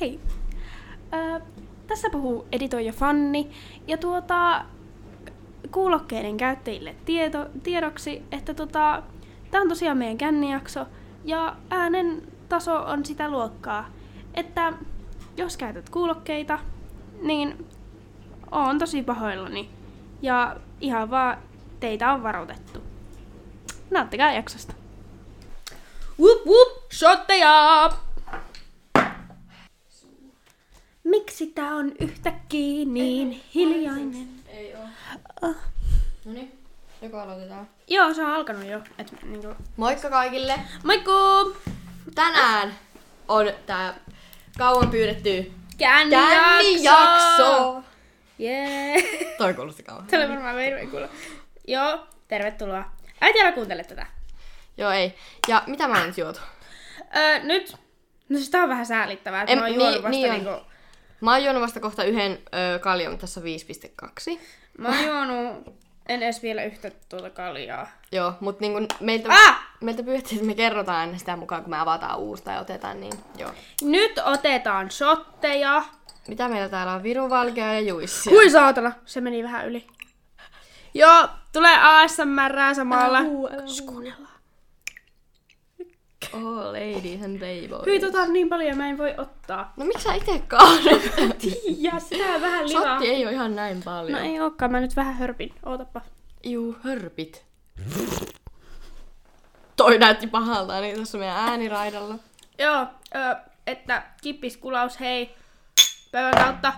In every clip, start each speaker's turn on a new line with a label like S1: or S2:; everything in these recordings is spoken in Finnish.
S1: Hei. Ö, tässä puhuu editoija Fanni. Ja tuota, kuulokkeiden käyttäjille tieto, tiedoksi, että tota, tämä on tosiaan meidän kännijakso. Ja äänen taso on sitä luokkaa, että jos käytät kuulokkeita, niin oon tosi pahoillani. Ja ihan vaan teitä on varoitettu. Nauttikaa jaksosta.
S2: Wup wup, shotteja!
S1: Miksi tää on yhtäkkiä niin hiljainen?
S2: Ei oo. No niin, joko aloitetaan.
S1: Joo, se on alkanut jo. Et, niinku...
S2: Moikka kaikille!
S1: Moikku!
S2: Tänään on tää kauan pyydetty
S1: Kännijakso!
S2: kännijakso!
S1: Jee!
S2: Toi kuulosti kauan.
S1: Tämä oli varmaan hirveä kuulla. Joo, tervetuloa. Äiti, älä kuuntele tätä.
S2: Joo ei. Ja mitä mä en juotu?
S1: Öö, nyt, no siis tää on vähän säälittävää, että
S2: Em,
S1: mä oon
S2: niin-
S1: juonut vasta
S2: niin on.
S1: niinku...
S2: Mä oon juonut vasta kohta yhden ö, kaljon, tässä on 5.2.
S1: Mä oon juonut, en edes vielä yhtä tuota kaljaa.
S2: Joo, mut niinku meiltä,
S1: Ah!
S2: meiltä pyydettiin, että me kerrotaan aina sitä mukaan, kun me avataan uusi tai otetaan, niin joo.
S1: Nyt otetaan shotteja.
S2: Mitä meillä täällä on? Viru, Valkea ja Juissi.
S1: Hui saatana, se meni vähän yli. Joo, tulee ASMR samalla.
S2: Älä huu, älä huu.
S1: Sh, Kuunnellaan.
S2: Oh, ladies and playboys.
S1: Hyi, tota on niin paljon, mä en voi ottaa.
S2: No miksi sä itse kaadut?
S1: Ja sitä on vähän lihaa.
S2: Sotti ei oo ihan näin
S1: No
S2: paljon.
S1: ei ookaan, mä nyt vähän hörpin. Ootapa.
S2: Juu, hörpit. Toi näytti pahalta, niin tässä meidän ääniraidalla.
S1: Joo, ö, että kippis kulaus, hei. Pöydän kautta.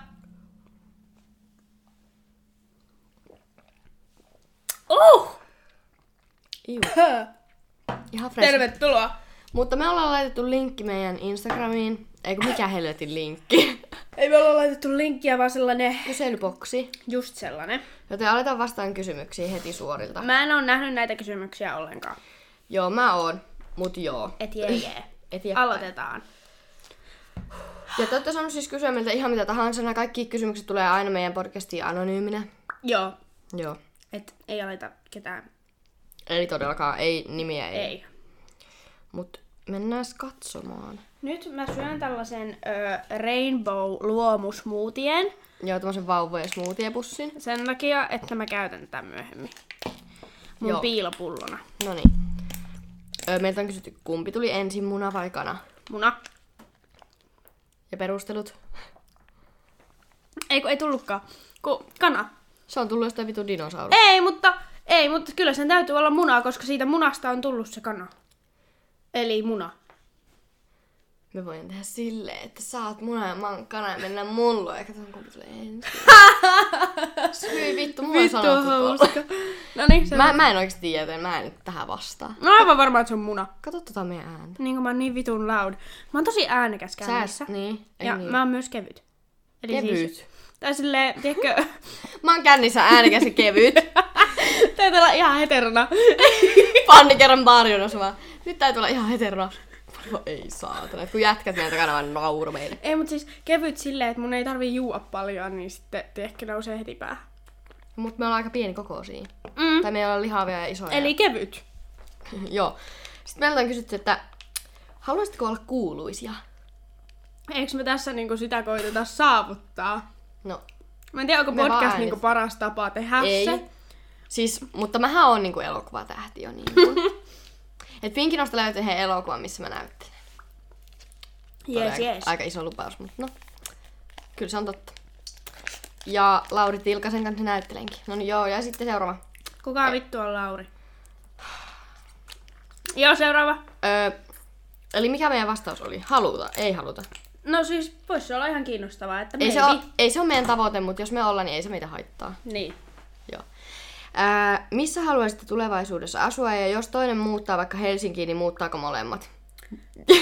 S1: Oh!
S2: Juu,
S1: Hö.
S2: ihan fresh.
S1: Tervetuloa.
S2: Mutta me ollaan laitettu linkki meidän Instagramiin. Eikö mikä helvetin linkki?
S1: Ei me olla laitettu linkkiä, vaan sellainen,
S2: Kyselyboksi.
S1: just sellainen.
S2: Joten aletaan vastaan kysymyksiin heti suorilta.
S1: Mä en oo nähnyt näitä kysymyksiä ollenkaan.
S2: Joo, mä oon. Mut joo.
S1: Et jee, jee.
S2: Eteenpäin.
S1: Aloitetaan.
S2: Ja te olette saanut siis kysyä meiltä ihan mitä tahansa. Nämä kaikki kysymykset tulee aina meidän podcastiin anonyyminä.
S1: Joo,
S2: Joo.
S1: et ei aleta ketään.
S2: Eli todellakaan, ei nimiä ei.
S1: Ei.
S2: Mut mennään katsomaan.
S1: Nyt mä syön tällaisen ö, Rainbow luomusmuutien
S2: Joo, tämmösen vauvojen smoothiepussin.
S1: sen takia, että mä käytän tätä myöhemmin. Mun
S2: Joo.
S1: piilopullona.
S2: No niin. Meiltä on kysytty, kumpi tuli ensin, muna vai kana?
S1: Muna.
S2: Ja perustelut?
S1: Ei kun ei tullutkaan. Ku, kana.
S2: Se on tullut jostain vitu dinosaurus.
S1: Ei, mutta, ei, mutta kyllä sen täytyy olla munaa, koska siitä munasta on tullut se kana. Eli muna.
S2: Me voin tehdä silleen, että saat muna ja mä oon kana ja mennään mulloon. Ja katsotaan, kumpi tulee ensin. Hyi vittu, mulla on sanottu tuolla.
S1: No niin, se
S2: Mä, mä en oikeesti tiedä, joten mä en nyt tähän vastaa.
S1: No aivan varmaan, että se on muna.
S2: Kato tota meidän ääntä.
S1: Niin kuin mä oon niin vitun loud. Mä oon tosi äänekäs kännissä.
S2: niin. Ei
S1: Ja
S2: niin.
S1: mä oon myös kevyt. Eli
S2: Kevyt.
S1: Siis, tai silleen, tiedätkö,
S2: Mä oon kännissä äänekäs ja kevyt.
S1: täytyy olla ihan heterona.
S2: Panni kerran tarjonnassa vaan. Nyt täytyy olla ihan heteroa. No ei saatana, et kun jätkät meidän takana vaan nauru meille.
S1: ei, mutta siis kevyt silleen, että mun ei tarvi juua paljon, niin sitten tiedätkö, nousee heti päähän.
S2: Mut me ollaan aika pieni kokoisia.
S1: Mm.
S2: Tai me ollaan lihavia ja isoja.
S1: Eli kevyt.
S2: Joo. Sitten meiltä on kysytty, että haluaisitko olla kuuluisia?
S1: Eikö me tässä niinku sitä koiteta saavuttaa?
S2: No,
S1: Mä en tiedä, onko
S2: Me vaan
S1: podcast niinku
S2: äänestetään.
S1: paras tapa tehdä
S2: ei.
S1: se.
S2: Siis, mutta mähän on niinku elokuvatähti jo niin kuin. Et Pinkinosta löytyi he elokuvan, missä mä näyttelen. Oli
S1: Jees,
S2: aika,
S1: jees.
S2: aika iso lupaus, mutta no. Kyllä se on totta. Ja Lauri Tilkasen kanssa näyttelenkin. No niin joo, ja sitten seuraava.
S1: Kuka vittu on Lauri? Joo, seuraava.
S2: Öö, eli mikä meidän vastaus oli? Haluta, ei haluta.
S1: No siis, voisi se olla ihan kiinnostavaa, että
S2: Ei se,
S1: maybe.
S2: ole, ei se ole meidän tavoite, mutta jos me ollaan, niin ei se meitä haittaa.
S1: Niin.
S2: Joo. Öö, missä haluaisitte tulevaisuudessa asua ja jos toinen muuttaa vaikka Helsinkiin, niin muuttaako molemmat?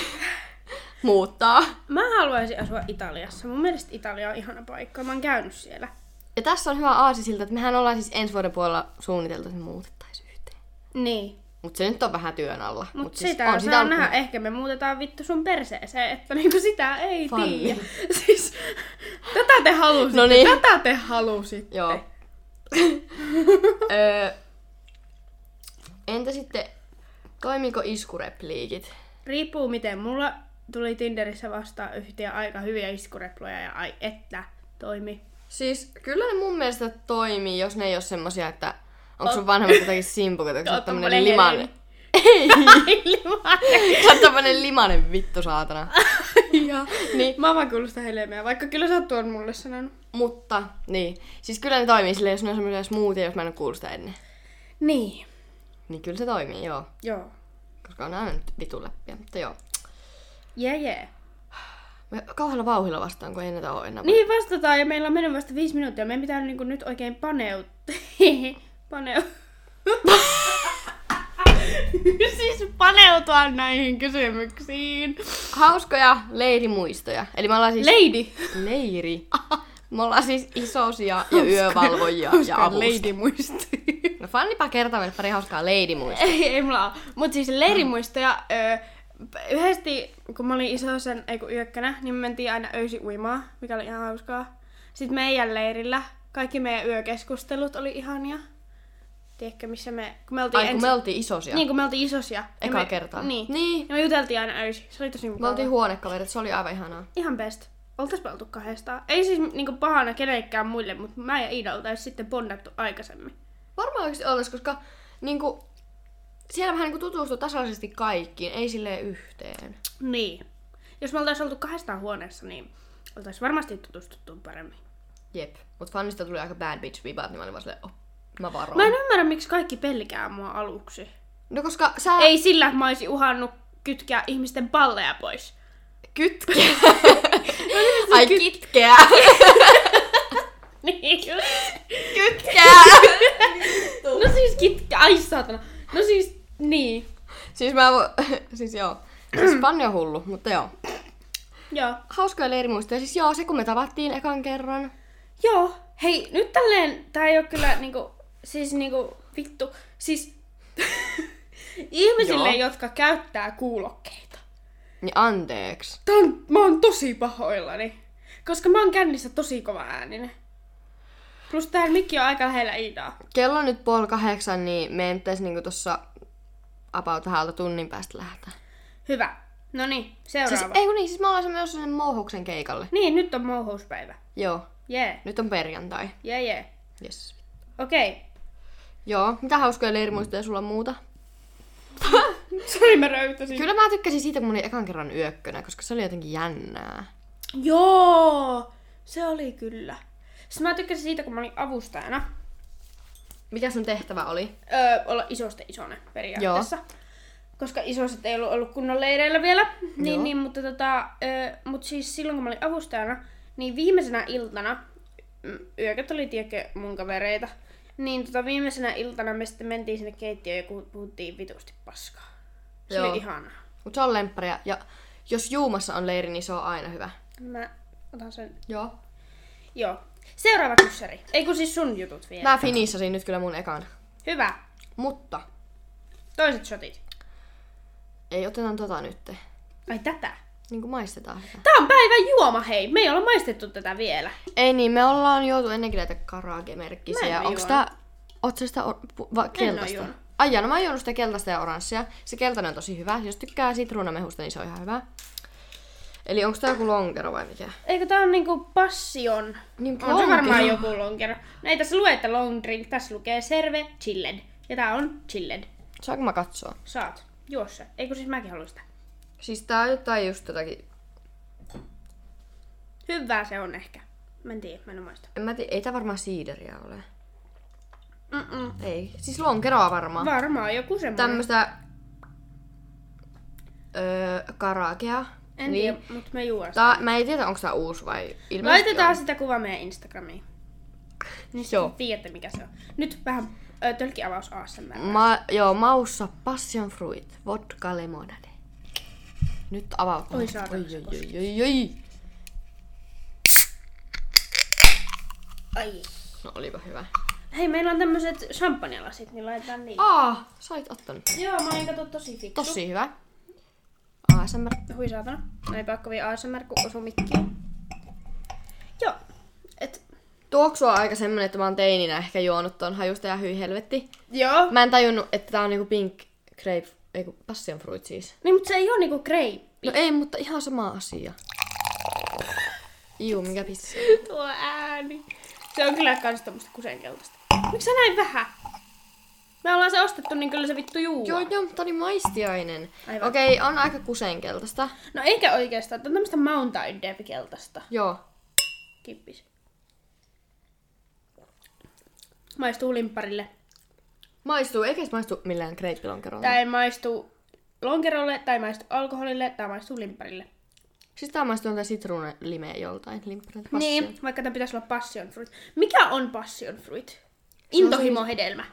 S2: muuttaa.
S1: Mä haluaisin asua Italiassa. Mun mielestä Italia on ihana paikka. Mä oon käynyt siellä.
S2: Ja tässä on hyvä aasi siltä, että mehän ollaan siis ensi vuoden puolella suunniteltu, että me muutettaisiin yhteen.
S1: Niin.
S2: Mutta se nyt on vähän työn alla.
S1: Mut,
S2: Mut siis
S1: sitä saa
S2: on-
S1: nähdä. Ehkä me muutetaan vittu sun perseeseen, että niinku sitä ei
S2: Fanni.
S1: tiedä. Siis, tätä te halusitte.
S2: No niin.
S1: Tätä te halusitte.
S2: Joo. öö, entä sitten, toimiko iskurepliikit?
S1: Riippuu miten mulla tuli Tinderissä vastaan yhtiä aika hyviä iskureploja ja ai että toimi.
S2: Siis kyllä ne mun mielestä toimii, jos ne ei ole semmosia, että onko sun vanhemmat jotakin simpukat, onko sä
S1: Oot
S2: tämmönen
S1: tommonen
S2: limanen?
S1: Ai limainen.
S2: Sä oot tämmönen limanen vittu saatana.
S1: ja, niin. Mä vaan kuulostan helmeä, vaikka kyllä sä oot tuon mulle sanonut.
S2: Mutta, niin. Siis kyllä ne toimii silleen, jos ne on semmoisia smoothia, jos mä en ole kuullut sitä ennen.
S1: Niin,
S2: Niin kyllä se toimii, joo.
S1: joo.
S2: Koska on aina nyt vitu läppiä, mutta joo.
S1: Jee, yeah, jee. Yeah. näitä
S2: Kauhella vauhilla vastaan, kun ei näitä ole enää.
S1: Niin vastataan ja meillä on mennyt vasta viisi minuuttia. Meidän pitää niinku nyt oikein paneuttaa. Paneu... siis paneutua näihin kysymyksiin.
S2: Hauskoja leirimuistoja. Eli me ollaan siis...
S1: Lady.
S2: leiri. Me ollaan siis isosia ja yövalvojia ja avusta.
S1: lady muisti.
S2: No Fannipa kertoo meille pari hauskaa leirimuistoa.
S1: ei, ei mulla ole. Mut siis leirimuistoja. Öö, p- yhdesti, kun mä olin isosen, ei kun yökkänä, niin me mentiin aina öisi uimaan, mikä oli ihan hauskaa. Sitten meidän leirillä kaikki meidän yökeskustelut oli ihania. Tiedätkö, missä me... Kun me oltiin
S2: Ai kun
S1: ensin-
S2: me oltiin isosia.
S1: Niin, kun me oltiin isosia. Ja
S2: Ekaa
S1: me,
S2: kertaa.
S1: Niin.
S2: Niin.
S1: Ja me juteltiin aina öisin. Se oli tosi mukavaa.
S2: Me oltiin huonekaverit, se oli aivan ihanaa.
S1: Ihan best. Oltais me oltu kahdestaan. Ei siis niinku pahana kenellekään muille, mutta mä ja Iida oltais sitten bondattu aikaisemmin.
S2: Varmaan oikeesti oltais, koska niinku, siellä vähän niinku tutustuu tasaisesti kaikkiin, ei silleen yhteen.
S1: Niin. Jos me oltais oltu kahdestaan huoneessa, niin oltais varmasti tutustuttu paremmin.
S2: Jep. Mut Fannista tuli aika bad bitch vibat, niin mä olin vaan silleen, oh, mä varoin.
S1: Mä en ymmärrä, miksi kaikki pelkää mua aluksi.
S2: No koska sä
S1: Ei sillä, että mä olisin uhannut kytkeä ihmisten palleja pois.
S2: kytkeä.
S1: No,
S2: Ai kitkeä.
S1: Niin.
S2: kytkeä.
S1: no siis kitke, ai saatana. No siis, niin.
S2: siis mä vo... siis joo. Siis Fanni on hullu, mutta joo.
S1: Joo.
S2: Hauskoja leirimuistoja. Siis joo, se kun me tavattiin ekan kerran.
S1: Joo, hei, nyt tälleen, tää ei oo kyllä niinku, siis niinku, vittu, siis ihmisille,
S2: Joo.
S1: jotka käyttää kuulokkeita.
S2: Niin anteeksi.
S1: Tää on, mä oon tosi pahoillani, koska mä oon kännissä tosi kova ääninen. Plus tää mikki on aika lähellä Iidaa.
S2: Kello on nyt puoli kahdeksan, niin me entäs niinku tossa about tähän tunnin päästä lähtee.
S1: Hyvä. No niin,
S2: Siis,
S1: seuraava. Siis
S2: ei kun niin, siis me ollaan myös sen mouhuksen keikalle.
S1: Niin, nyt on mouhouspäivä.
S2: Joo,
S1: Jee,
S2: nyt on perjantai.
S1: jee, jee.
S2: Yes.
S1: Okei.
S2: Joo, mitä hauskoja leirimuistoja sulla on muuta?
S1: Sori, mä röytäsin.
S2: Kyllä mä tykkäsin siitä, kun mä olin ekan kerran yökkönä, koska se oli jotenkin jännää.
S1: Joo, se oli kyllä. Siis mä tykkäsin siitä, kun mä olin avustajana.
S2: Mikä sun tehtävä oli?
S1: öö, olla isosta isonen periaatteessa. Joo. Koska isoset ei ollut ollut kunnon leireillä vielä. Niin, niin, mutta tota, öö, mut siis silloin kun mä olin avustajana, niin viimeisenä iltana, mm, yököt oli tiedätkö mun kavereita, niin tota, viimeisenä iltana me sitten mentiin sinne keittiöön ja puhu- puhuttiin vitusti paskaa. Se Joo.
S2: Joo.
S1: oli ihanaa.
S2: Mut se on lempparia, ja jos juumassa on leiri, niin se on aina hyvä.
S1: Mä otan sen.
S2: Joo.
S1: Joo. Seuraava kyssari. Ei kun siis sun jutut vielä. Mä...
S2: Mä finissasin nyt kyllä mun ekan.
S1: Hyvä.
S2: Mutta
S1: Toiset shotit.
S2: ei otetaan tota nytte.
S1: Ai tätä.
S2: Niin kuin maistetaan sitä.
S1: Tää on päivän juoma, hei. Me ei olla maistettu tätä vielä.
S2: Ei niin, me ollaan joutu ennenkin näitä karagemerkkisiä.
S1: Mä en oo
S2: Onks tää... Oot sä sitä or... pu- va- keltaista?
S1: juonut.
S2: Ai jaa, no mä oon juonut sitä keltaista ja oranssia. Se keltainen on tosi hyvä. Jos tykkää sitruunamehusta, niin se on ihan hyvä. Eli onko tää joku lonkero vai mikä?
S1: Eikö tää on niinku passion?
S2: Niin,
S1: on se
S2: lonkero.
S1: varmaan joku lonkero. No ei tässä lue, että long drink. Tässä lukee serve chilled. Ja tää on chilled.
S2: Saanko mä katsoa?
S1: Saat. Juossa. Eikö siis mäkin haluan sitä.
S2: Siis tää on jotain just jotakin...
S1: Hyvää se on ehkä. Mä en tiedä, mä en muista.
S2: En mä tii, ei tää varmaan siideriä ole.
S1: Mm-mm.
S2: Ei. Siis lonkeroa varmaan. Va-
S1: Varmaan joku semmonen.
S2: Tämmöstä... Öö, karakea.
S1: En niin. tiedä, mut me juon sitä.
S2: Tää, mä en tiedä, onko tää uusi vai ilmeisesti
S1: Laitetaan
S2: on.
S1: sitä kuvaa meidän Instagramiin. Niin
S2: Joo.
S1: sitten tiedätte mikä se on. Nyt vähän ö, tölkkiavaus ASMR.
S2: Ma, joo, maussa passion fruit, vodka lemonade. Nyt avaut.
S1: Oi saatana,
S2: oi, oi, oi, oi, oi.
S1: Ai.
S2: No olipa hyvä.
S1: Hei, meillä on tämmöiset champagnelasit, niin laitetaan niitä.
S2: Aa, sä olit ottanut.
S1: Joo, mä olin kato tosi fiksu.
S2: Tosi hyvä. ASMR.
S1: Hui saatana. No ei pakko vielä ASMR, kun osu mikkiin. Joo. Et,
S2: Tuoksu on aika semmonen, että mä oon teininä ehkä juonut ton hajusta ja hyi helvetti.
S1: joo. Mä...
S2: Mä en tajunnut, että tää on niinku pink grape, eiku passion fruit siis.
S1: Niin, mutta se ei ole niinku grape.
S2: No ei, mutta ihan sama asia. Juu, mikä pissa.
S1: Tuo ääni. Se on kyllä kans tämmöstä kusenkeltaista. Miksi sä näin vähän? Me ollaan se ostettu, niin kyllä se vittu juu.
S2: Joo, joo, mutta oli maistiainen.
S1: Aivan.
S2: Okei, on aika kusenkeltaista.
S1: No eikä oikeastaan, tämä on tämmöstä Mountain Dew-keltaista.
S2: Joo.
S1: Kippis. Maistuu limpparille.
S2: Maistuu, eikä se maistu millään kreippilonkerolla.
S1: Tää ei maistu lonkerolle, tai maistu alkoholille, tai maistuu limpparille.
S2: Siis tää maistuu jotain sitruunalimeä joltain. Limpparilta
S1: Niin, vaikka tämän pitäisi olla passion fruit. Mikä on passion fruit? Intohimohedelmä.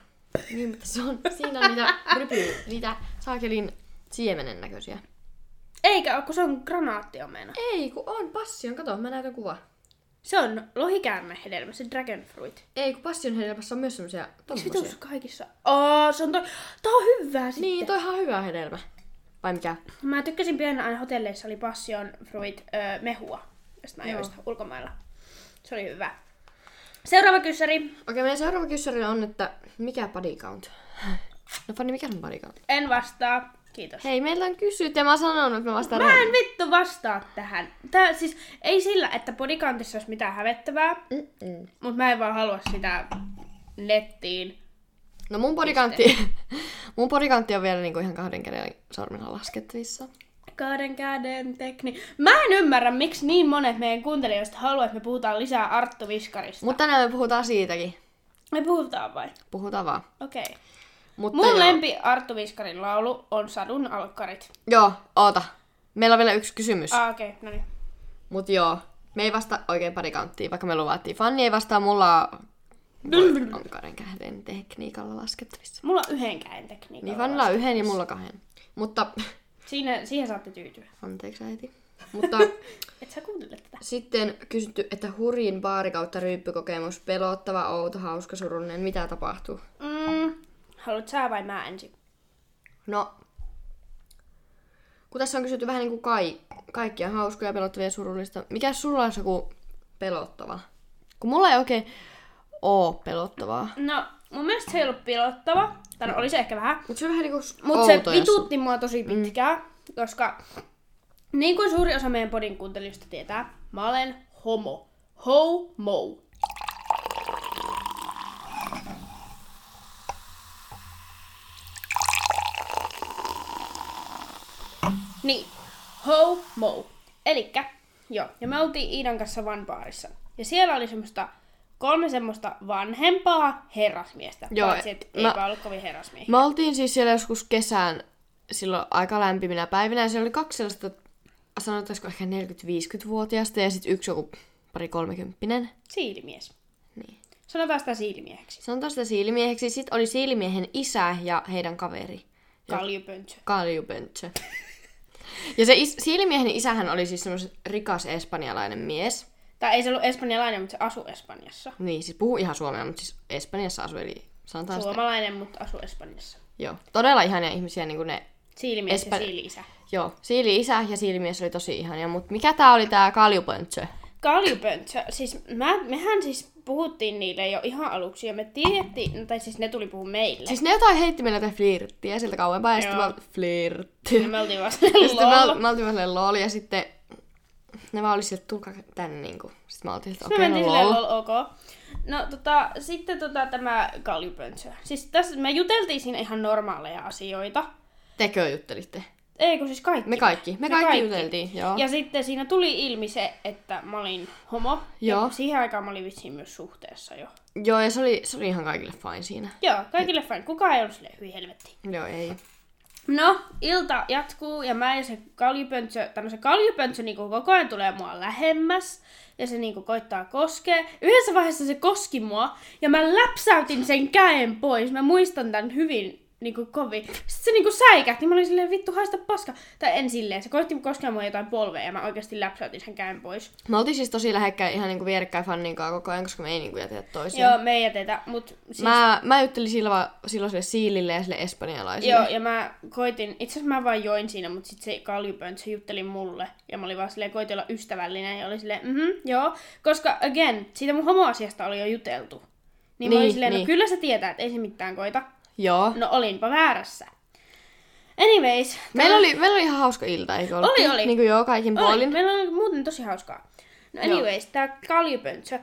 S2: niin, mutta se on, siinä on niitä, rypy, niitä saakelin siemenen näköisiä.
S1: Eikä ole, kun se on granaattiomena.
S2: Ei, kun on passion. Kato, mä näytän kuva.
S1: Se on lohikäärmehedelmä, se dragon fruit.
S2: Ei, kun passion hedelmässä on myös semmosia tommosia.
S1: Vitus kaikissa. Aa, se on toi... Tää on hyvää sitten.
S2: Niin, toihan on hyvä hedelmä. Vai mikä?
S1: Mä tykkäsin pienenä aina hotelleissa oli passion fruit öö, mehua. Tästä mä
S2: Joo.
S1: joista ulkomailla. Se oli hyvä. Seuraava kyssäri.
S2: Okei, meidän seuraava kyssäri on, että mikä body count? No Fanni, mikä on body count?
S1: En vastaa. Kiitos.
S2: Hei, meillä on kysyt ja mä sanon, että mä vastaan
S1: Mä
S2: rehellisesti.
S1: en vittu vastaa tähän. Tää, siis ei sillä, että bodikantissa olisi mitään hävettävää,
S2: Mm-mm.
S1: mutta mä en vaan halua sitä nettiin.
S2: No mun bodykantti, mun bodykantti on vielä niinku ihan kahden käden sormilla laskettavissa.
S1: Kahden käden tekni. Mä en ymmärrä, miksi niin monet meidän kuuntelijoista haluaa, että me puhutaan lisää Arttu Viskarista.
S2: Mutta tänään me puhutaan siitäkin.
S1: Me puhutaan vai?
S2: Puhutaan vaan.
S1: Okei. Okay.
S2: Mutta
S1: Mun
S2: joo.
S1: lempi Arttu Viskarin laulu on Sadun alkkarit.
S2: joo, oota. Meillä on vielä yksi kysymys.
S1: Ah, okei, okay, no niin.
S2: Mut joo, me ei vastaa oikein bodycounttiin, vaikka me luvattiin. Fanni ei vastaa, mulla
S1: Dun.
S2: on kahden käden tekniikalla laskettavissa.
S1: Mulla on yhden käden tekniikka.
S2: Niin Fannilla on yhden ja mulla kahden. Mutta,
S1: Siinä, siihen saatte tyytyä.
S2: anteeksi äiti. Mutta
S1: Et sä kuuntele tätä.
S2: Sitten kysytty, että hurjin baari kautta ryyppykokemus, pelottava, outo, hauska, surullinen, mitä tapahtuu?
S1: Mm, haluat sä vai mä ensin?
S2: No, kun tässä on kysytty vähän niin kuin kai, kaikkia hauskoja, pelottavia ja surullista. Mikä sulla olisi joku pelottava? Kun mulla ei oikein oo pelottavaa.
S1: No, mun mielestä se ei ollut pilottava. Tai no, oli se ehkä vähän.
S2: Mut se on vähän niinku
S1: Mutta se
S2: outo ja su-
S1: vitutti mua tosi pitkään, mm. koska niin kuin suuri osa meidän podin kuuntelijoista tietää, mä olen homo. Homo. Niin, homo. Elikkä, joo, ja me oltiin Iidan kanssa vanbaarissa. Ja siellä oli semmoista kolme semmoista vanhempaa herrasmiestä.
S2: Joo,
S1: Joo, paitsi, et
S2: mä-
S1: mä... eipä ollut kovin herrasmiehiä.
S2: Me oltiin siis siellä joskus kesän silloin aika lämpiminä päivinä ja siellä oli kaksi sellaista, sanotaanko ehkä 40-50-vuotiaista ja sitten yksi joku pari kolmekymppinen.
S1: Siilimies.
S2: Niin.
S1: Sanotaan sitä siilimieheksi.
S2: Sanotaan sitä siilimieheksi. Sitten oli siilimiehen isä ja heidän kaveri.
S1: Kaljupöntsö.
S2: Kaljupöntsö. Ja se is- siilimiehen isähän oli siis semmoisen rikas espanjalainen mies.
S1: Tai ei se ollut espanjalainen, mutta se asuu Espanjassa.
S2: Niin, siis puhuu ihan suomea, mutta siis Espanjassa asui, eli sanotaan sitä.
S1: Suomalainen, mutta asuu Espanjassa.
S2: Joo, todella ihania ihmisiä, niin kuin ne...
S1: Siilimies
S2: Espan-
S1: ja siili-isä.
S2: Joo, siili-isä ja siilimies oli tosi ihania, mutta mikä tää oli tää kaljupöntsö?
S1: Kaljupöntsö. Siis mä, mehän siis puhuttiin niille jo ihan aluksi ja me tiedettiin, no, tai siis ne tuli puhua meille. Siis...
S2: Siis ne jotain heitti meille jotain flirttiä siltä kauempaa, ja sitten
S1: Joo.
S2: mä... Flirtti.
S1: Me oltiin vasta
S2: Ja sitten Siis mä,
S1: lol.
S2: mä oltiin vaan silleen lol, ja sitten ne vaan oli silleen, että tulkaa tänne niinku. Sitten mä oltiin, että
S1: Me
S2: okei,
S1: mentiin
S2: okay,
S1: silleen
S2: no lol.
S1: lol, ok. No tota, sitten tota tämä kaljupöntsö. Siis tässä me juteltiin siinä ihan normaaleja asioita.
S2: Tekö juttelitte?
S1: Ei kun siis kaikki.
S2: Me kaikki. Me, kaikki, juteltiin, joo.
S1: Ja sitten siinä tuli ilmi se, että mä olin homo.
S2: Joo.
S1: Ja siihen aikaan mä olin vissiin myös suhteessa jo.
S2: Joo, ja se oli, se oli ihan kaikille fine siinä.
S1: Joo, kaikille fine. Kukaan ei ollut sille hyi helvetti.
S2: Joo, ei.
S1: No, ilta jatkuu ja mä ja se kaljupöntsö, tai no se kaljupöntsö niinku koko ajan tulee mua lähemmäs. Ja se niinku koittaa koskea. Yhdessä vaiheessa se koski mua ja mä läpsäytin sen käen pois. Mä muistan tämän hyvin niinku kovin. Sitten se niinku säikähti. Mä olin silleen vittu haista paska. Tai en silleen. Se koitti koskea mua jotain polvea ja mä oikeasti läpsäytin sen käen pois.
S2: Me oltiin siis tosi lähekkäin ihan niinku vierekkäin fannin kanssa koko ajan, koska me ei niinku jätetä toisiaan.
S1: Joo, me ei jätetä, mut siis, mä,
S2: Mä, mä juttelin silloin, vaan- silloin sille siilille ja sille espanjalaiselle.
S1: joo, ja mä koitin, itse asiassa mä vaan join siinä, mut sit se kaljupöntsä jutteli mulle, ja mä olin vaan silleen, koitin olla ystävällinen, ja oli silleen, mhm, joo, koska again, siitä mun homoasiasta oli jo juteltu. Niin, niin mä olin
S2: Niin,
S1: silleen,
S2: niin.
S1: no kyllä sä tietää, että ei se mitään koita.
S2: Joo.
S1: No olinpa väärässä. Anyways.
S2: Meillä oli, meillä oli ihan hauska ilta, eikö ollut?
S1: Oli, oli.
S2: Niin kuin joo, kaikin
S1: oli,
S2: puolin.
S1: meillä oli muuten tosi hauskaa. No
S2: Joo.
S1: anyways, tää kaljupöntsö.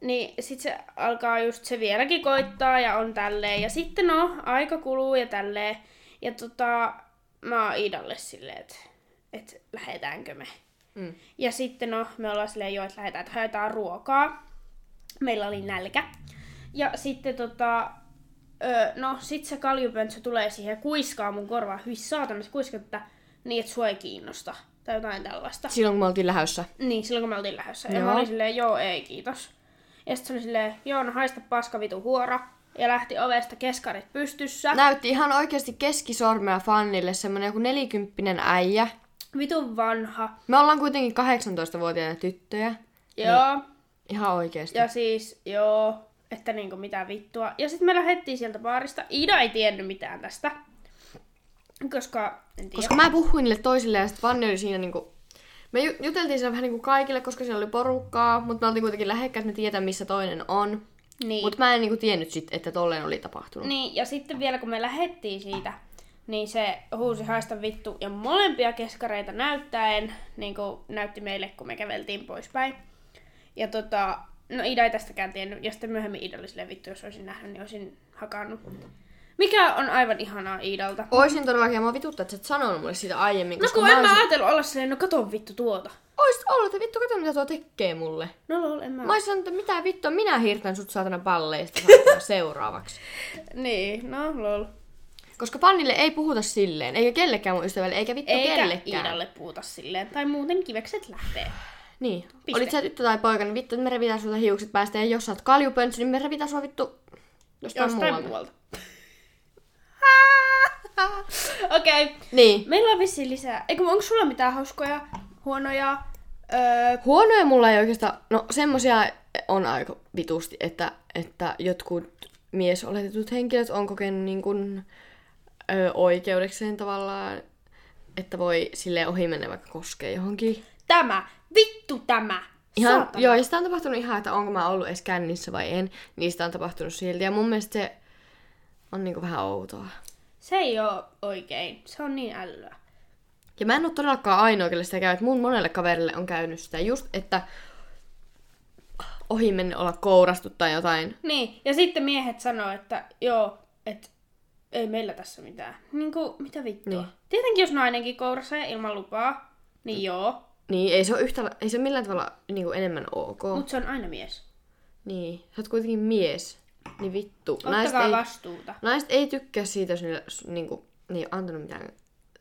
S1: Niin sit se alkaa just se vieläkin koittaa ja on tälleen. Ja sitten no, aika kuluu ja tälleen. Ja tota, mä oon Iidalle silleen, että et lähetäänkö me.
S2: Mm.
S1: Ja sitten no, me ollaan silleen jo, että lähdetään, että haetaan ruokaa. Meillä oli nälkä. Ja sitten tota, öö, no sit se kaljupöntsä tulee siihen ja kuiskaa mun korvaan. Hyi saatana, se kuiskaa, että niin, että sua ei kiinnosta. Tai jotain tällaista.
S2: Silloin kun me oltiin lähössä.
S1: Niin, silloin kun me oltiin lähdössä. Ja mä
S2: Joo.
S1: olin silleen, joo, ei kiitos. Ja sitten se oli silleen, joo, no haista paska vitu huora. Ja lähti ovesta keskarit pystyssä. Nä-
S2: Näytti ihan oikeasti keskisormea fanille semmonen joku nelikymppinen äijä.
S1: Vitun vanha.
S2: Me ollaan kuitenkin 18-vuotiaita tyttöjä.
S1: Joo.
S2: Ihan oikeesti.
S1: Ja siis, joo, että niinku mitä vittua. Ja sitten me lähdettiin sieltä baarista. Ida ei tiennyt mitään tästä. Koska, en tiedä.
S2: Koska mä puhuin niille toisille ja sitten Fanni oli siinä niinku... Me ju- juteltiin siellä vähän niinku kaikille, koska siellä oli porukkaa, mutta me oltiin kuitenkin lähekkäin, että me tietää missä toinen on.
S1: Niin.
S2: Mutta mä en niinku tiennyt sit, että tolleen oli tapahtunut.
S1: Niin, ja sitten vielä kun me lähettiin siitä, niin se huusi haista vittu ja molempia keskareita näyttäen niin kuin näytti meille, kun me käveltiin poispäin. Ja tota, no Ida ei tästäkään tiennyt, ja sitten myöhemmin Ida oli silleen vittu, jos olisin nähnyt, niin olisin hakannut. Mikä on aivan ihanaa Iidalta.
S2: Oisin todellakin, ja mä vituttaa, että sä et sanonut mulle sitä aiemmin.
S1: No
S2: koska
S1: kun en
S2: olisin-
S1: mä ajatellut olla silleen, no kato vittu tuota.
S2: Ois ollut, että vittu kato mitä tuo tekee mulle.
S1: No lol, en mä.
S2: Mä oisin sanonut, että mitä vittua, minä hirtän sut saatana palleista saatana seuraavaksi.
S1: Niin, no lol.
S2: Koska Fannille ei puhuta silleen, eikä kellekään mun ystävälle, eikä vittu
S1: Eikä
S2: kellekään.
S1: Iidalle puuta silleen, tai muuten kivekset lähtee.
S2: Niin.
S1: Piste.
S2: Olit sä tyttö tai poika, niin vittu, me revitään sulta hiukset päästä. Ja jos sä oot kaljupöntsä, niin me revitään sua vittu jostain,
S1: Jostain
S2: jostain
S1: muualta. Okei. Okay.
S2: Niin.
S1: Meillä on vissiin lisää. Eikö, onko sulla mitään hauskoja, huonoja? Öö,
S2: Huonoja mulla ei oikeastaan... No, semmosia on aika vitusti, että, että jotkut miesoletetut henkilöt on kokenut niin kuin, ö, oikeudekseen tavallaan, että voi sille ohi mennä vaikka koskee johonkin.
S1: tämä. Vittu tämä.
S2: Ihan,
S1: Saatana.
S2: joo, ja sitä on tapahtunut ihan, että onko mä ollut edes kännissä vai en. Niistä on tapahtunut silti. Ja mun mielestä se on niinku vähän outoa.
S1: Se ei ole oikein. Se on niin älyä.
S2: Ja mä en ole todellakaan ainoa, kelle sitä käy. että Mun monelle kaverille on käynyt sitä just, että ohi menne olla kourastu tai jotain.
S1: Niin, ja sitten miehet sanoo, että joo, että ei meillä tässä mitään. Niinku, mitä vittua?
S2: Niin.
S1: Tietenkin jos nainenkin kourassa ja ilman lupaa, niin joo.
S2: Niin, ei se, ole yhtä, ei se ole millään tavalla niin kuin enemmän ok.
S1: Mutta se on aina mies.
S2: Niin, sä oot kuitenkin mies. Niin vittu. Naiset
S1: Ottakaa
S2: ei,
S1: vastuuta.
S2: naiset ei tykkää siitä, jos niillä s- niinku, ne ei ole antanut mitään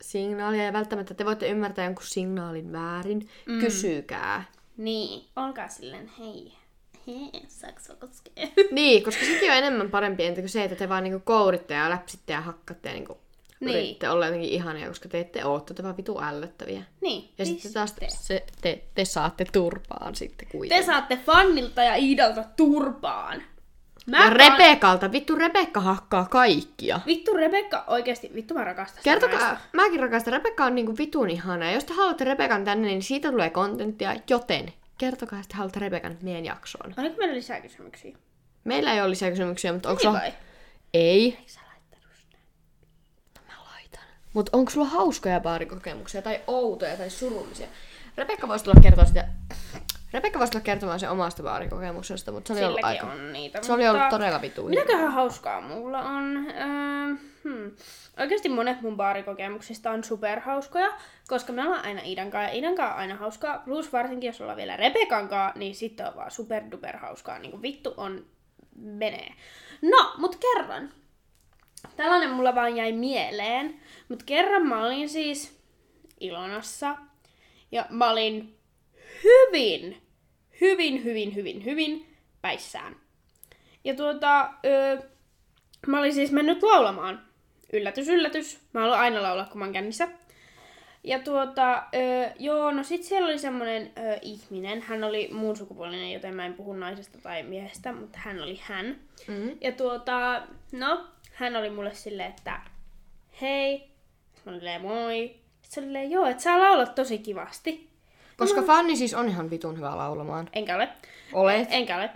S2: signaalia. Ja välttämättä te voitte ymmärtää jonkun signaalin väärin. Mm. Kysykää.
S1: Niin, olkaa silleen hei. Hei, saaks mä koskea?
S2: Niin, koska sekin on enemmän parempi entä kuin se, että te vaan niinku kouritte ja läpsitte ja hakkatte ja niinku
S1: Niin.
S2: niin. yritätte olla jotenkin ihania, koska te ette oo, te vaan vitu ällöttäviä.
S1: niin,
S2: Ja sitten taas se, te, te saatte turpaan sitten
S1: te
S2: kuitenkin.
S1: saatte Fannilta ja Iidalta turpaan. Mä
S2: Ja
S1: vaan-
S2: Rebekalta, vittu Rebekka hakkaa kaikkia.
S1: Vittu Rebekka oikeesti, vittu mä rakastan sitä naista.
S2: Kertokaa, mäkin rakastan, Rebekka on niinku vitun ihana. Ja jos te haluatte Rebekan tänne, niin siitä tulee kontenttia, joten kertokaa, jos te haluatte Rebekan meidän jaksoon.
S1: Oliko meillä lisää kysymyksiä?
S2: Meillä ei ole lisää kysymyksiä, mutta onko
S1: Niin
S2: sulla...
S1: vai?
S2: Ei.
S1: Eikö sä laittanut sitä?
S2: Mä laitan. Mut onko sulla hauskoja baarikokemuksia tai outoja tai surullisia? Rebekka voisi tulla kertoa sitä... Rebekka voisi tulla kertomaan sen omasta baarikokemuksesta, mutta se oli ollut
S1: Silläkin
S2: aika...
S1: on niitä.
S2: Se oli
S1: mutta-
S2: ollut todella vitu.
S1: Mitäköhän hauskaa mulla on? Öö, hmm. Oikeasti monet mun baarikokemuksista on superhauskoja, koska me ollaan aina Idan kanssa ja Idan kanssa on aina hauskaa. Plus varsinkin, jos ollaan vielä Rebekan kanssa, niin sitten on vaan superduper hauskaa. Niin kuin vittu on menee. No, mut kerran. Tällainen mulla vaan jäi mieleen. Mut kerran mä olin siis Ilonassa. Ja mä olin hyvin, hyvin, hyvin, hyvin, hyvin päissään. Ja tuota, öö, mä olin siis mennyt laulamaan. Yllätys, yllätys. Mä haluan aina laulaa, kun mä oon kännissä. Ja tuota, öö, joo, no sit siellä oli semmonen öö, ihminen. Hän oli muun sukupuolinen, joten mä en puhu naisesta tai miehestä, mutta hän oli hän.
S2: Mm.
S1: Ja tuota, no, hän oli mulle silleen, että hei. Sitten mä olin silleen, moi. Sitten se oli silleen, joo, että sä laulat tosi kivasti.
S2: Koska Fanni siis on ihan vitun hyvä laulamaan.
S1: Enkä ole.
S2: Olet.
S1: Enkä ole.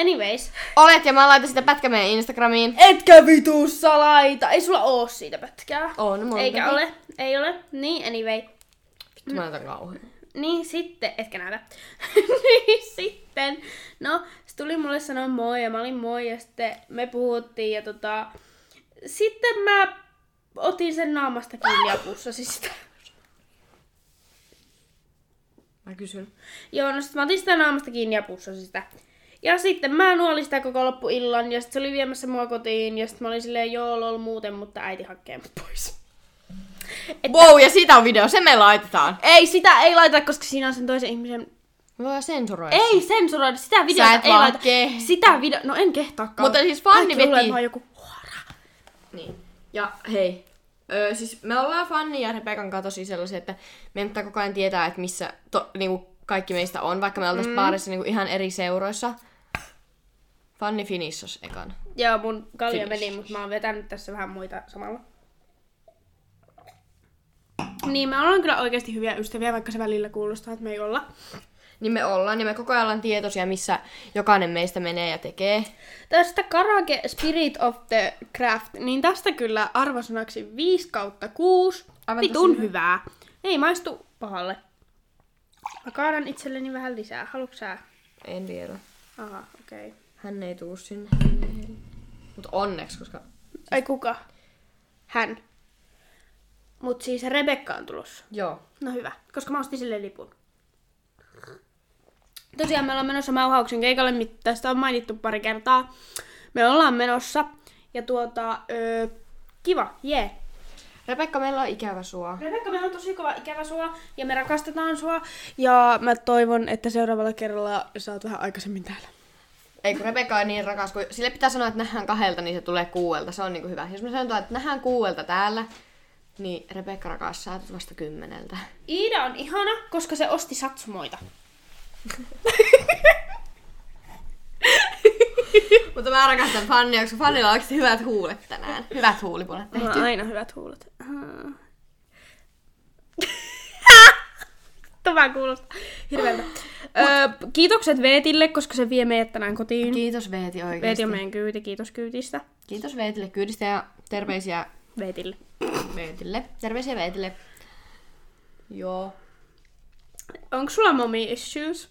S1: Anyways.
S2: Olet ja mä laitan sitä pätkä meidän Instagramiin.
S1: Etkä vituussa laita. Ei sulla oo siitä pätkää.
S2: On, mulla on
S1: Eikä
S2: pätkä.
S1: ole. Ei ole. Niin, anyway.
S2: Vittu, mä laitan kauhean.
S1: Niin sitten, etkä näytä. niin sitten, no, se tuli mulle sanoa moi ja mä olin moi ja sitten me puhuttiin ja tota... Sitten mä otin sen naamasta kiinni ja pussasin sitä.
S2: Mä kysyn.
S1: Joo, no sit mä otin sitä naamasta kiinni ja pussasin sitä. Ja sitten mä nuolin sitä koko loppuillan ja sitten se oli viemässä mua kotiin ja sitten mä olin silleen joo lol muuten, mutta äiti hakee mut pois.
S2: Wow, ja siitä on video, se me laitetaan.
S1: Ei, sitä ei laita, koska siinä on sen toisen ihmisen...
S2: Me voidaan sensuroida.
S1: Ei sensuroida, sitä videota
S2: et
S1: ei
S2: vaan
S1: laita.
S2: kehtaa.
S1: Sitä video... No en kehtaakaan.
S2: Mutta siis fanni
S1: Kaikki luulee,
S2: veti.
S1: että mä oon joku huora.
S2: Niin. Ja hei, öö, siis me ollaan Fanni ja Rebekan kanssa tosi sellaisia, että meidän pitää koko ajan tietää, että missä to, niinku, kaikki meistä on, vaikka me oltaisiin mm. baarissa niinku, ihan eri seuroissa. Fanni finissos ekan.
S1: Joo, mun kalja
S2: Finish.
S1: meni, mutta mä oon vetänyt tässä vähän muita samalla. Niin, me ollaan kyllä oikeasti hyviä ystäviä, vaikka se välillä kuulostaa, että me ei olla.
S2: Niin me ollaan, niin me koko ajan ollaan tietoisia, missä jokainen meistä menee ja tekee.
S1: Tästä Karage Spirit of the Craft, niin tästä kyllä arvosanaksi 5 kautta 6.
S2: Aivan tosi
S1: Vitun
S2: hyvä.
S1: hyvää. Ei maistu pahalle. Mä kaadan itselleni vähän lisää. Haluatko sä?
S2: En vielä.
S1: Aha, okei. Okay.
S2: Hän ei tuu sinne. Mutta onneksi, koska...
S1: Ai kuka? Siis Hän. Mut siis Rebekka on tulossa.
S2: Joo.
S1: No hyvä, koska mä ostin sille lipun. Tosiaan me ollaan menossa Mauhauksen keikalle, mit- tästä on mainittu pari kertaa. Me ollaan menossa ja tuota, öö, kiva, jee. Yeah.
S2: Rebekka, meillä on ikävä sua.
S1: Rebekka, meillä on tosi kova ikävä sua ja me rakastetaan sua. Ja mä toivon, että seuraavalla kerralla sä oot vähän aikaisemmin täällä.
S2: Ei kun Rebekka on niin rakas, kun sille pitää sanoa, että nähdään kahdelta, niin se tulee kuuelta. Se on niinku hyvä. Jos me sanotaan, että nähdään kuuelta täällä, niin Rebekka rakas, sä tulet vasta kymmeneltä.
S1: Iida on ihana, koska se osti satsumoita.
S2: Mutta mä rakastan Fannia, koska Fannilla on oikeasti hyvät huulet tänään. Hyvät huulipunat.
S1: Mulla on aina hyvät huulet. Tämä kuulostaa hirveältä. Öö, kiitokset Veetille, koska se vie meidät tänään kotiin.
S2: Kiitos Veeti
S1: Veeti
S2: oikeesti.
S1: on meidän kyyti, kiitos kyytistä.
S2: Kiitos Veetille kyydistä ja terveisiä
S1: Veetille.
S2: Veetille. Terveisiä Veetille. Joo.
S1: Onko sulla mommy issues?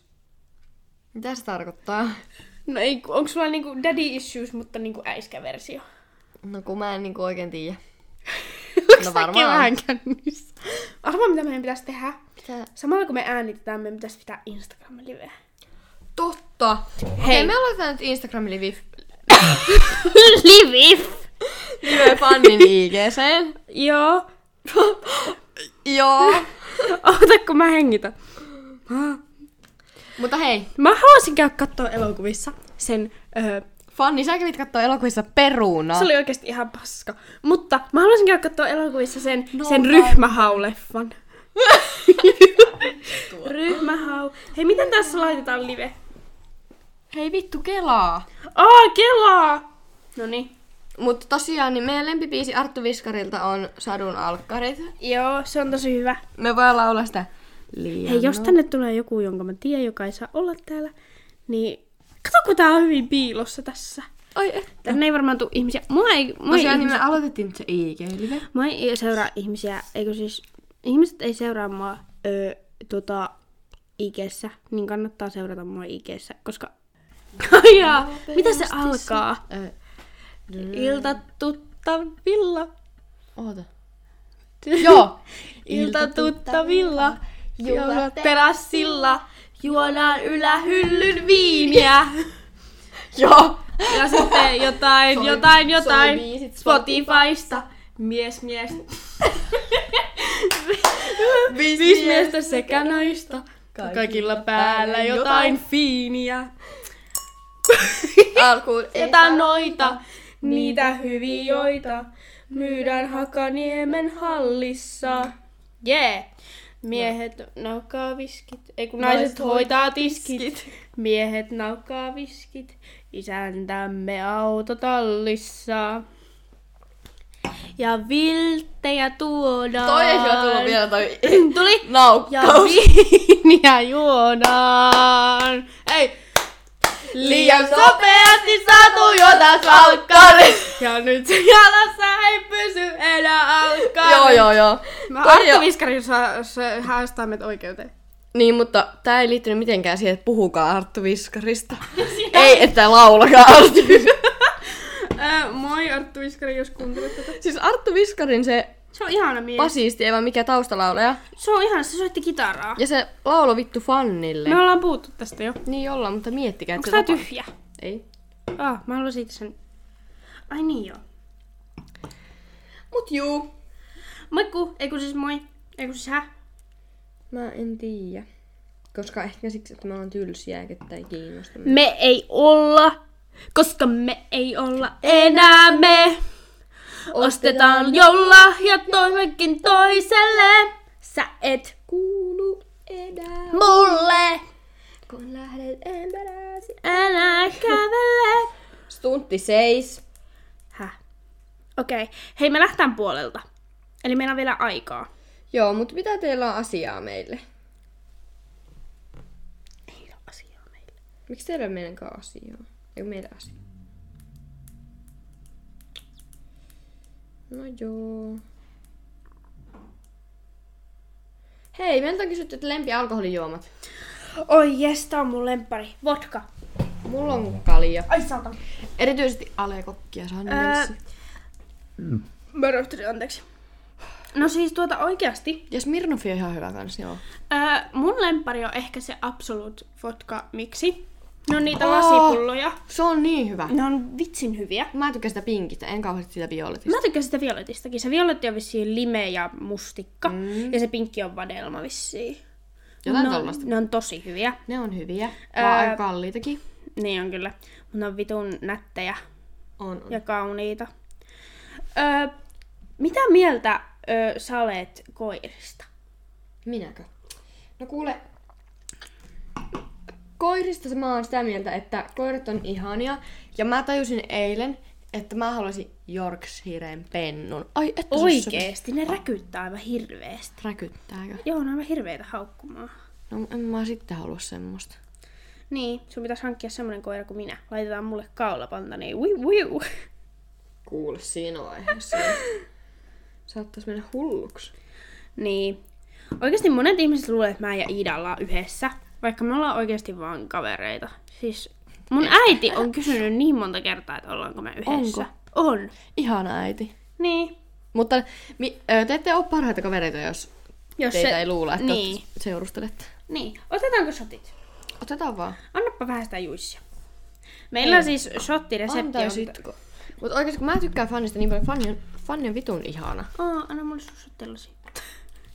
S2: Mitä se tarkoittaa?
S1: No ei, onko sulla niinku daddy issues, mutta niinku äiskäversio?
S2: No kun mä en niinku oikein tiedä.
S1: Onks
S2: varmaan.
S1: säkin vähän kännissä? Arvaa, mitä meidän pitäisi tehdä.
S2: Mitä?
S1: Samalla kun me äänitetään, meidän pitäisi pitää Instagram-liveä.
S2: Totta. Hei. Okei, me aloitetaan nyt Instagramin live.
S1: Live!
S2: Live Fannin IGCen.
S1: Joo.
S2: Joo.
S1: Ota, kun mä hengitän.
S2: Mutta hei,
S1: Mä haluaisin käydä katsoa elokuvissa sen... Öö,
S2: Fanni, sä kävit kattoo elokuvissa Peruna.
S1: se oli oikeasti ihan paska. Mutta mä haluaisin käydä katsoa elokuvissa sen,
S2: No,
S1: no, sen
S2: tai-
S1: ryhmähauleffan. Ryhmähau. Hei, miten tässä laitetaan live?
S2: Hei vittu, kelaa.
S1: Aa, kelaa! No niin. Noniin.
S2: Mutta tosiaan, niin meidän lempibiisi Arttu Viskarilta on Sadun alkkarit.
S1: Joo, se on tosi hyvä.
S2: Me voi laulaa sitä liian.
S1: Hei, jos tänne tulee joku, jonka mä tiedän, joka ei saa olla täällä, niin kato, kun tää on hyvin piilossa tässä.
S2: Oi, et.
S1: Tänne ei varmaan tule ihmisiä. Mua ei, mua ei,
S2: Tosiaan, niin
S1: ihmisiä,
S2: me aloitettiin nyt se IG-live.
S1: mua ei seuraa ihmisiä, eikö siis, ihmiset ei seuraa mua ö, tota, IGssä, niin kannattaa seurata mua IGssä, koska... Jaa, mitä se alkaa?
S2: Ö,
S1: Ilta tuttavilla.
S2: oota. Joo.
S1: Ilta tuttavilla, juhlaterassilla, juodaan ylähyllyn viiniä.
S2: Joo.
S1: Ja sitten jotain,
S2: Soi-
S1: jotain,
S2: soi
S1: jotain
S2: biisit
S1: Spotifysta. Mies, mies. Viisi miestä sekä naista.
S2: Kaikilla
S1: Kaikilla päällä jotain fiiniä.
S2: Alkuun.
S1: Jotain noita, niitä hyviöitä. Myydään Hakaniemen hallissa. Jee! Yeah. Miehet naukkaa viskit, ei kun naiset
S2: Naiset
S1: hoitaa tiskit. Miehet naukkaa viskit, isäntämme autotallissa. Ja vilttejä tuodaan.
S2: Toi ei ole tullut vielä toi
S1: Tuli. Ja
S2: naukkaus.
S1: viiniä juodaan. Ei.
S2: Liian nopeasti satu jotas valkkari.
S1: Ja nyt se jalassa ei pysy enää alkaa.
S2: joo, joo, joo.
S1: Mä
S2: Toi
S1: Arttu
S2: jo-
S1: Viskari saa, se haastaa meidät oikeuteen.
S2: Niin, mutta tää ei liittynyt mitenkään siihen, että puhukaa Arttu Viskarista. ei, että laulakaa Arttu Viskarista.
S1: Öö, moi Arttu Viskari, jos kuuntelet tätä.
S2: Siis Arttu Viskarin se
S1: Se on ihana mies.
S2: basisti, ei vaan mikä taustalaulaja.
S1: Se on ihana, se soitti kitaraa.
S2: Ja se laulo vittu fannille.
S1: Me ollaan puhuttu tästä jo.
S2: Niin ollaan, mutta miettikää,
S1: Onko
S2: että se
S1: No. tää
S2: tapa-
S1: tyhjä?
S2: Ei.
S1: Ah, mä haluan siitä sen. Ai niin joo.
S2: Mut juu.
S1: Moikku, ei kun siis moi. Ei kun siis hä?
S2: Mä en tiedä. Koska ehkä siksi, että me ollaan tylsiä eikä tätä ei kiinnosta.
S1: Me ei olla, koska me ei olla enää me. Ostetaan joululahjat toimekin toiselle. Sä et
S2: Kuulu
S1: No.
S2: edä,
S1: mulle
S2: kun lähdet ämpäräsi.
S1: enää kävele.
S2: Stuntti seis.
S1: Häh? Okei, okay. hei me lähtään puolelta. Eli meillä on vielä aikaa.
S2: Joo, mutta mitä teillä on asiaa meille?
S1: Ei ole asiaa meillä.
S2: Miksi teillä on meidän kanssa asiaa? Eikö meillä asiaa? No joo. Hei, meiltä on kysytty, että lempialkoholijuomat.
S1: Oi jes, tää on mun lempari. Vodka.
S2: Mulla on kalja.
S1: Ai saatan.
S2: Erityisesti alekokkia saan
S1: Öö. Mä rohtasin, anteeksi. No siis tuota oikeasti.
S2: Ja Smirnoff on ihan hyvä kans, joo.
S1: Öö, mun lempari on ehkä se Absolut Vodka. Miksi? Ne on niitä
S2: Oh.
S1: oh. lasipulloja.
S2: Se on niin hyvä.
S1: Ne on vitsin hyviä.
S2: Mä en tykkää sitä pinkistä, en kauheasti sitä violetista.
S1: Mä tykkään sitä violetistakin. Se violetti on vissiin lime ja mustikka. Mm. Ja se pinkki on vadelma vissiin.
S2: Jotain
S1: ne, on,
S2: tollasta.
S1: ne on tosi hyviä.
S2: Ne on hyviä, vaan
S1: Öö.
S2: aika kalliitakin.
S1: Niin on kyllä. Mutta ne on vitun nättejä
S2: On, on.
S1: ja kauniita. Öö, mitä mieltä öö, sä olet koirista?
S2: Minäkö? No kuule, koirista mä oon sitä mieltä, että koirat on ihania. Ja mä tajusin eilen, että mä haluaisin Yorkshireen pennun. Ai, että se olisi
S1: Oikeesti, ne räkyttää aivan hirveesti.
S2: semmoista- Räkyttääkö?
S1: Joo, ne on aivan hirveitä haukkumaan.
S2: No en mä sitten halua semmoista.
S1: Niin, sun pitäisi hankkia semmonen koira kuin minä. Laitetaan mulle kaulapanta, niin wiu wiu.
S2: Kuule, siinä vaiheessa. Saattaisi mennä hulluksi.
S1: Niin. Oikeasti monet ihmiset luulee, että mä ja Iida ollaan yhdessä, vaikka me ollaan oikeasti vaan kavereita. Siis mun äiti on kysynyt niin monta kertaa, että ollaanko me yhdessä. Onko? On.
S2: Ihana äiti.
S1: Niin.
S2: Mutta mi, ö, te ette ole parhaita kavereita, jos
S1: Jos
S2: teitä ei luulla, että
S1: niin.
S2: niin. seurustelette.
S1: niin. Otetaanko shotit?
S2: Otetaan vaan.
S1: Annappa vähän sitä juissia. Meillä on siis shottiresepti.
S2: Antaa sitko. Mutta oikeesti kun mä tykkään fanista niin paljon, fanni on, fanni on vitun ihana.
S1: Aa, anna mulle sun shottilasi.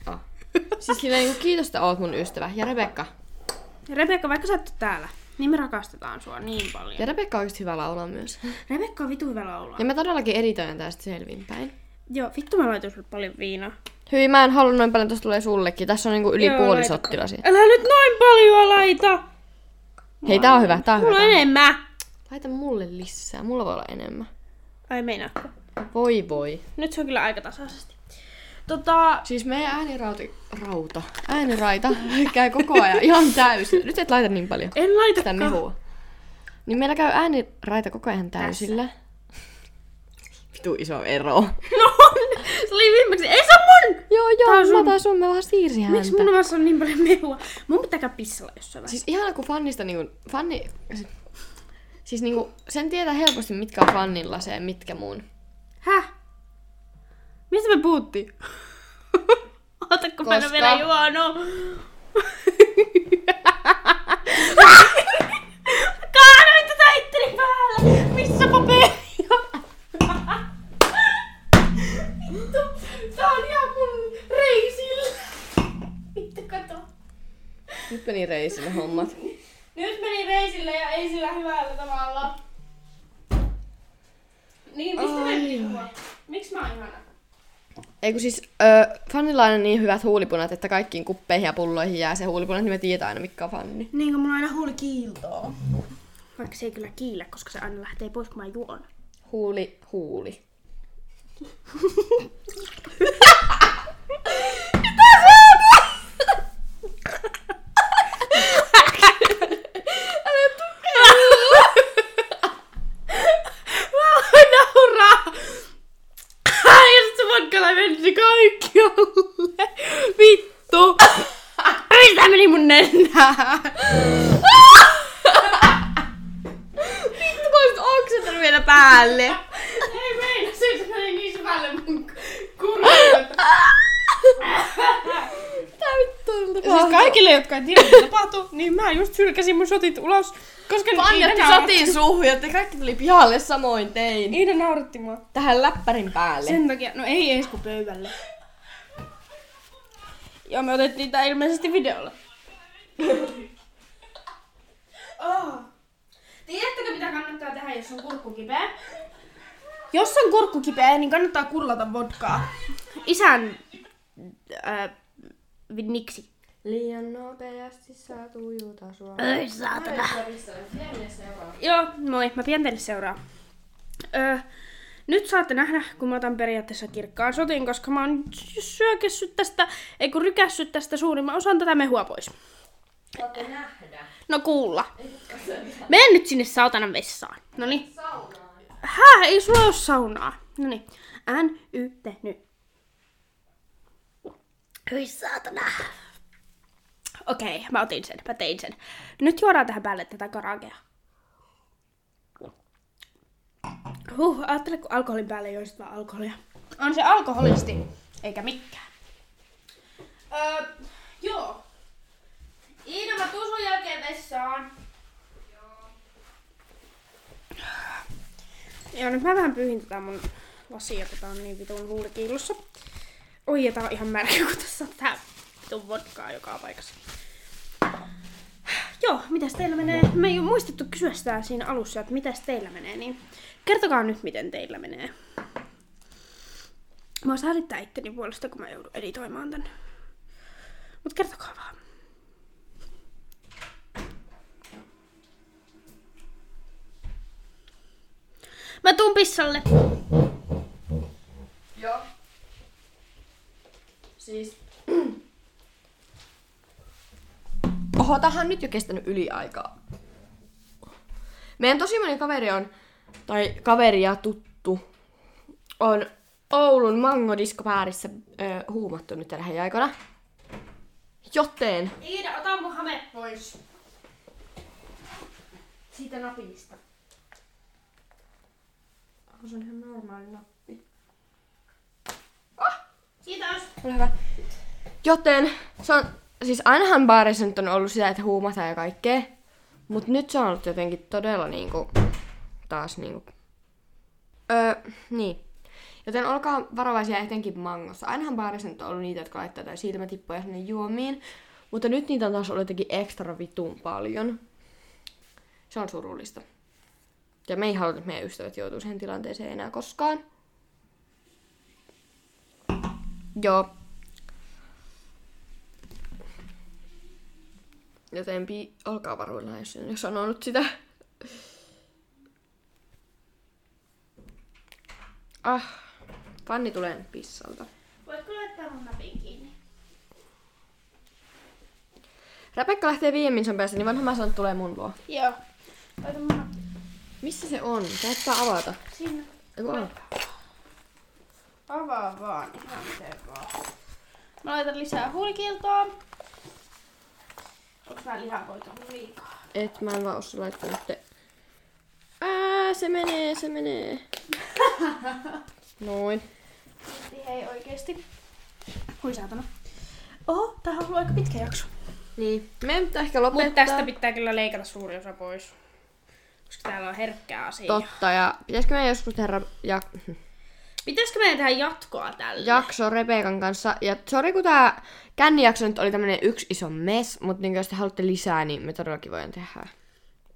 S1: Ah.
S2: Oh. siis silleen niinku kiitos, että oot mun ystävä. Ja Rebekka.
S1: Rebekka, vaikka sä et oo täällä, niin me rakastetaan sua niin paljon.
S2: Ja Rebekka on oikeesti hyvä laulaa myös.
S1: Ah. Rebekka on vitu hyvä laulaa.
S2: Ja mä todellakin editoin tästä selvinpäin.
S1: Joo, vittu mä laitoin sulle paljon viinaa.
S2: Hyi, mä en halua noin paljon, tosta tulee sullekin. Tässä on niinku yli
S1: Joo,
S2: puoli
S1: laita.
S2: sottilasi.
S1: Älä nyt noin paljon laita!
S2: Hei, tää on hyvä, tää on hyvä.
S1: Mulla on
S2: tää on-
S1: enemmän!
S2: Laita mulle lisää, mulla voi olla enemmän.
S1: Ai meinaa.
S2: Voi voi.
S1: Nyt se on kyllä aika tasaisesti. Tota,
S2: Siis meidän äänirauta, rauta, ääniraita käy koko ajan ihan täysin. Nyt et laita niin paljon.
S1: en
S2: Sitä
S1: laitakaan.
S2: mehua. Niin meillä käy ääniraita koko ajan täysillä. Vitu iso ero.
S1: No on! Se oli viimeksi. Ei se on mun!
S2: joo,
S1: Tää on
S2: joo, sun...
S1: sun-
S2: mä taas sun, mä vähän siirsin häntä.
S1: Miksi mun omassa on niin paljon mehua? Mun pitää käydä pissalla jossain vaiheessa.
S2: Siis ihana, kun fannista niinku, fanni... Siis niinku, sen tietää helposti, mitkä on fannilla se ja mitkä muun.
S1: Häh? Mistä me puhuttiin? Ota, kun mä en
S2: Koska-
S1: oo vielä juonut. Kaadoin tätä itteni päälle! Missä paperi on? Vittu, tää on ihan mun reisillä. Vittu, kato.
S2: Nyt meni reisille hommat.
S1: Nyt meni reisille ja ei sillä hyvällä tavalla. Niin, mistä me puhutaan? Miksi mä oon ihana?
S2: Ei kun siis, ö, fannilla on aina niin hyvät huulipunat, että kaikkiin kuppeihin ja pulloihin jää se huulipuna, niin me tietää aina, mikä on fanni.
S1: Niin kuin mulla aina huuli kiiltoo. Vaikka se ei kyllä kiillä, koska se aina lähtee pois, kun mä juon.
S2: Huuli, huuli. Vittu, kun olisit oksentanut vielä päälle.
S1: Ei meina, siis meni niin syvälle mun Siis kurkkuun.
S2: Mitä vittu
S1: Siis kaikille, jotka ei tiedä, mitä tapahtuu, niin mä just sylkäsin mun sotit ulos, koska nyt
S2: Pannetti
S1: Iida nauratti.
S2: sotiin suuhun, jotta kaikki tuli pihalle samoin tein.
S1: Iida nauratti mua.
S2: Tähän läppärin päälle.
S1: Sen takia, no ei ees kun pöydälle. Ja me otettiin tää ilmeisesti videolla. oh. Tiedättekö mitä kannattaa tehdä, jos on kurkku kipeä? Jos on kurkku kipeä, niin kannattaa kurlata vodkaa. Isän... Äh, niksi.
S2: Liian nopeasti saa tujuta sua.
S3: Ei saatana.
S1: Joo, moi. Mä pian teille seuraa. Öö, nyt saatte nähdä, kun mä otan periaatteessa kirkkaan sotin, koska mä oon syökessyt tästä, ei kun rykässyt tästä suurimman osan tätä mehua pois.
S2: Saatte nähdä.
S1: No kuulla. Mene nyt sinne saatanan vessaan. Noniin. Hää, ei sulla oo saunaa. Noniin. N, Y, T, nyt.
S3: Hyi saatana.
S1: Okei, mä otin sen, mä tein sen. Nyt juodaan tähän päälle tätä karakea. Huh, ajattele kun alkoholin päälle joisit vaan alkoholia. On se alkoholisti, eikä mikään. Öö, joo. Iina, mä tuun sun jälkeen vessaan. Joo. Joo, nyt mä vähän pyyhin tätä mun lasia, kun tää on niin vitun huulikiilussa. Oi, ja tää on ihan märkä, kun tässä on tää vitun vodkaa joka paikassa. Joo, mitäs teillä menee? Me ei oo muistettu kysyä sitä siinä alussa, että mitäs teillä menee, niin kertokaa nyt, miten teillä menee. Mä oon säädittää itteni puolesta, kun mä joudun editoimaan tän. Mut kertokaa vaan. Mä tuun pissalle.
S2: Joo. Siis... Oho, tähän on nyt jo kestänyt yli aikaa. Meidän tosi moni kaveri on, tai kaveri ja tuttu, on Oulun mangodiskopäärissä ö, huumattunut tällä lähiaikoina. Joten
S1: Iida, ota mun hame pois. Siitä napista.
S2: se on ihan normaali nappi.
S1: Kiitos.
S2: Ole hyvä. Joten se on, siis ainahan baarissa nyt on ollut sitä, että huumataan ja kaikkea. Mut nyt se on ollut jotenkin todella niinku, taas niinku. Öö, niin. Joten olkaa varovaisia etenkin mangossa. Ainahan baarissa nyt on ollut niitä, jotka laittaa jotain silmätippoja sinne juomiin. Mutta nyt niitä on taas ollut jotenkin ekstra vitun paljon. Se on surullista. Ja me ei haluta, että meidän ystävät joutuu siihen tilanteeseen enää koskaan. Joo. Joten pi- olkaa varuilla, jos en ole sanonut sitä. Ah, Fanni tulee nyt pissalta.
S1: Voitko laittaa mun napin kiinni?
S2: Rebekka lähtee viiemmin sen päästä, niin vanha mä sanon, että tulee mun luo.
S1: Joo. Laita mun napin
S2: Missä se on? Saattaa avata.
S1: sinne.
S2: Eiku, on.
S1: Avaa vaan, ihan miten vaan. Mä laitan lisää huulikieltoa. Onks mä lihakoita liikaa?
S2: Et mä en vaan osaa laittaa nyt. Ää, se menee, se menee. Noin.
S1: Silti hei oikeesti. Hui saatana. Oho, tää on ollut aika pitkä jakso.
S2: Niin. Meidän pitää ehkä
S1: Mut
S2: lopettaa.
S1: tästä pitää kyllä leikata suuri osa pois. Koska täällä on herkkää asiaa.
S2: Totta, ja pitäisikö meidän joskus tehdä ja,
S1: Pitäisikö meidän tehdä jatkoa tälle?
S2: jakso Rebekan kanssa? Ja sori, kun tää kännijakso nyt oli tämmönen yksi iso mes, mutta niin jos te haluatte lisää, niin me todellakin voidaan tehdä.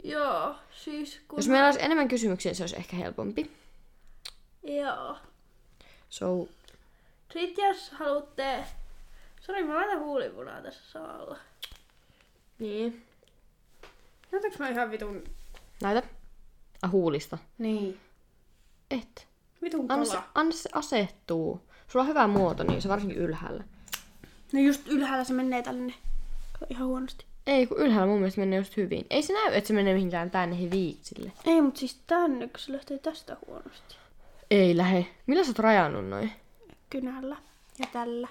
S1: Joo, siis kun...
S2: Jos meillä olisi enemmän kysymyksiä, niin se olisi ehkä helpompi.
S1: Joo.
S2: So,
S1: Sitten jos haluatte... Sori, mä laitan huulipunaa tässä samalla.
S2: niin.
S1: Näytäks mä ihan vitun...
S2: Näytä. Ah, huulista.
S1: Niin.
S2: Et.
S1: Vitun
S2: Anna se,
S1: kala.
S2: anna se asettuu. Sulla on hyvä muoto, niin se varsinkin ylhäällä.
S1: No just ylhäällä se menee tänne. Kato, Ihan huonosti.
S2: Ei, kun ylhäällä mun mielestä menee just hyvin. Ei se näy, että se menee mihinkään tänne viiksille.
S1: Ei, mut siis tänne, kun se lähtee tästä huonosti.
S2: Ei lähe. Millä sä oot rajannut noin?
S1: Kynällä ja tällä.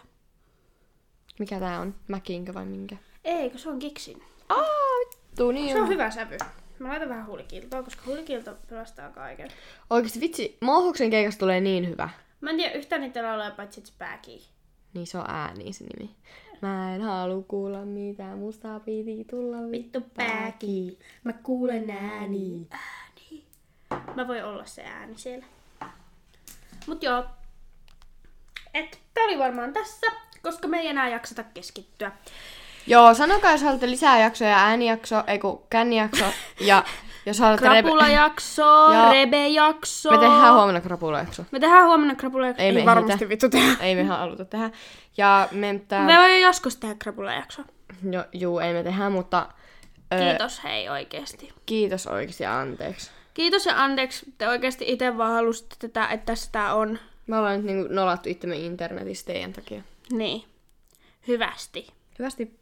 S2: Mikä tää on? Mäkiinkö vai minkä?
S1: Eikö, se on kiksin.
S2: Aa, vittu, niin
S1: Se on
S2: on.
S1: hyvä sävy. Mä laitan vähän huulikiltoa, koska huulikilto pelastaa kaiken.
S2: Oikeesti vitsi, Mohuksen keikasta tulee niin hyvä.
S1: Mä en tiedä yhtään niitä lauluja paitsi It's Backy.
S2: Niin se on ääni se nimi. Mä en halua kuulla mitä musta piti tulla
S1: Vittu Backy. Mä kuulen ääni. Ääni. Mä voin olla se ääni siellä. Mut joo. Et, tää oli varmaan tässä, koska me ei enää jakseta keskittyä.
S2: Joo, sanokaa jos haluatte lisää jaksoja, äänijakso, ei kun kännijakso. ja jos haluatte... rep-
S1: Krapulajakso,
S2: Joo.
S1: rebejakso.
S2: Me tehdään huomenna krapulajakso.
S1: me tehdään huomenna krapulajakso.
S2: Ei me
S1: varmasti
S2: ehditä.
S1: vittu tehdä.
S2: Ei me haluta tehdä. Ja me pitää...
S1: Me voi joskus tehdä krapulajakso.
S2: No, juu, ei me tehdä, mutta... Ö,
S1: Kiitos hei oikeesti.
S2: kiitos oikeesti ja anteeksi.
S1: Kiitos ja anteeksi, te oikeasti itse vaan halusitte tätä, että sitä on.
S2: Me ollaan nyt niinku nolattu itsemme internetissä teidän takia.
S1: Niin. Hyvästi.
S2: Hyvästi.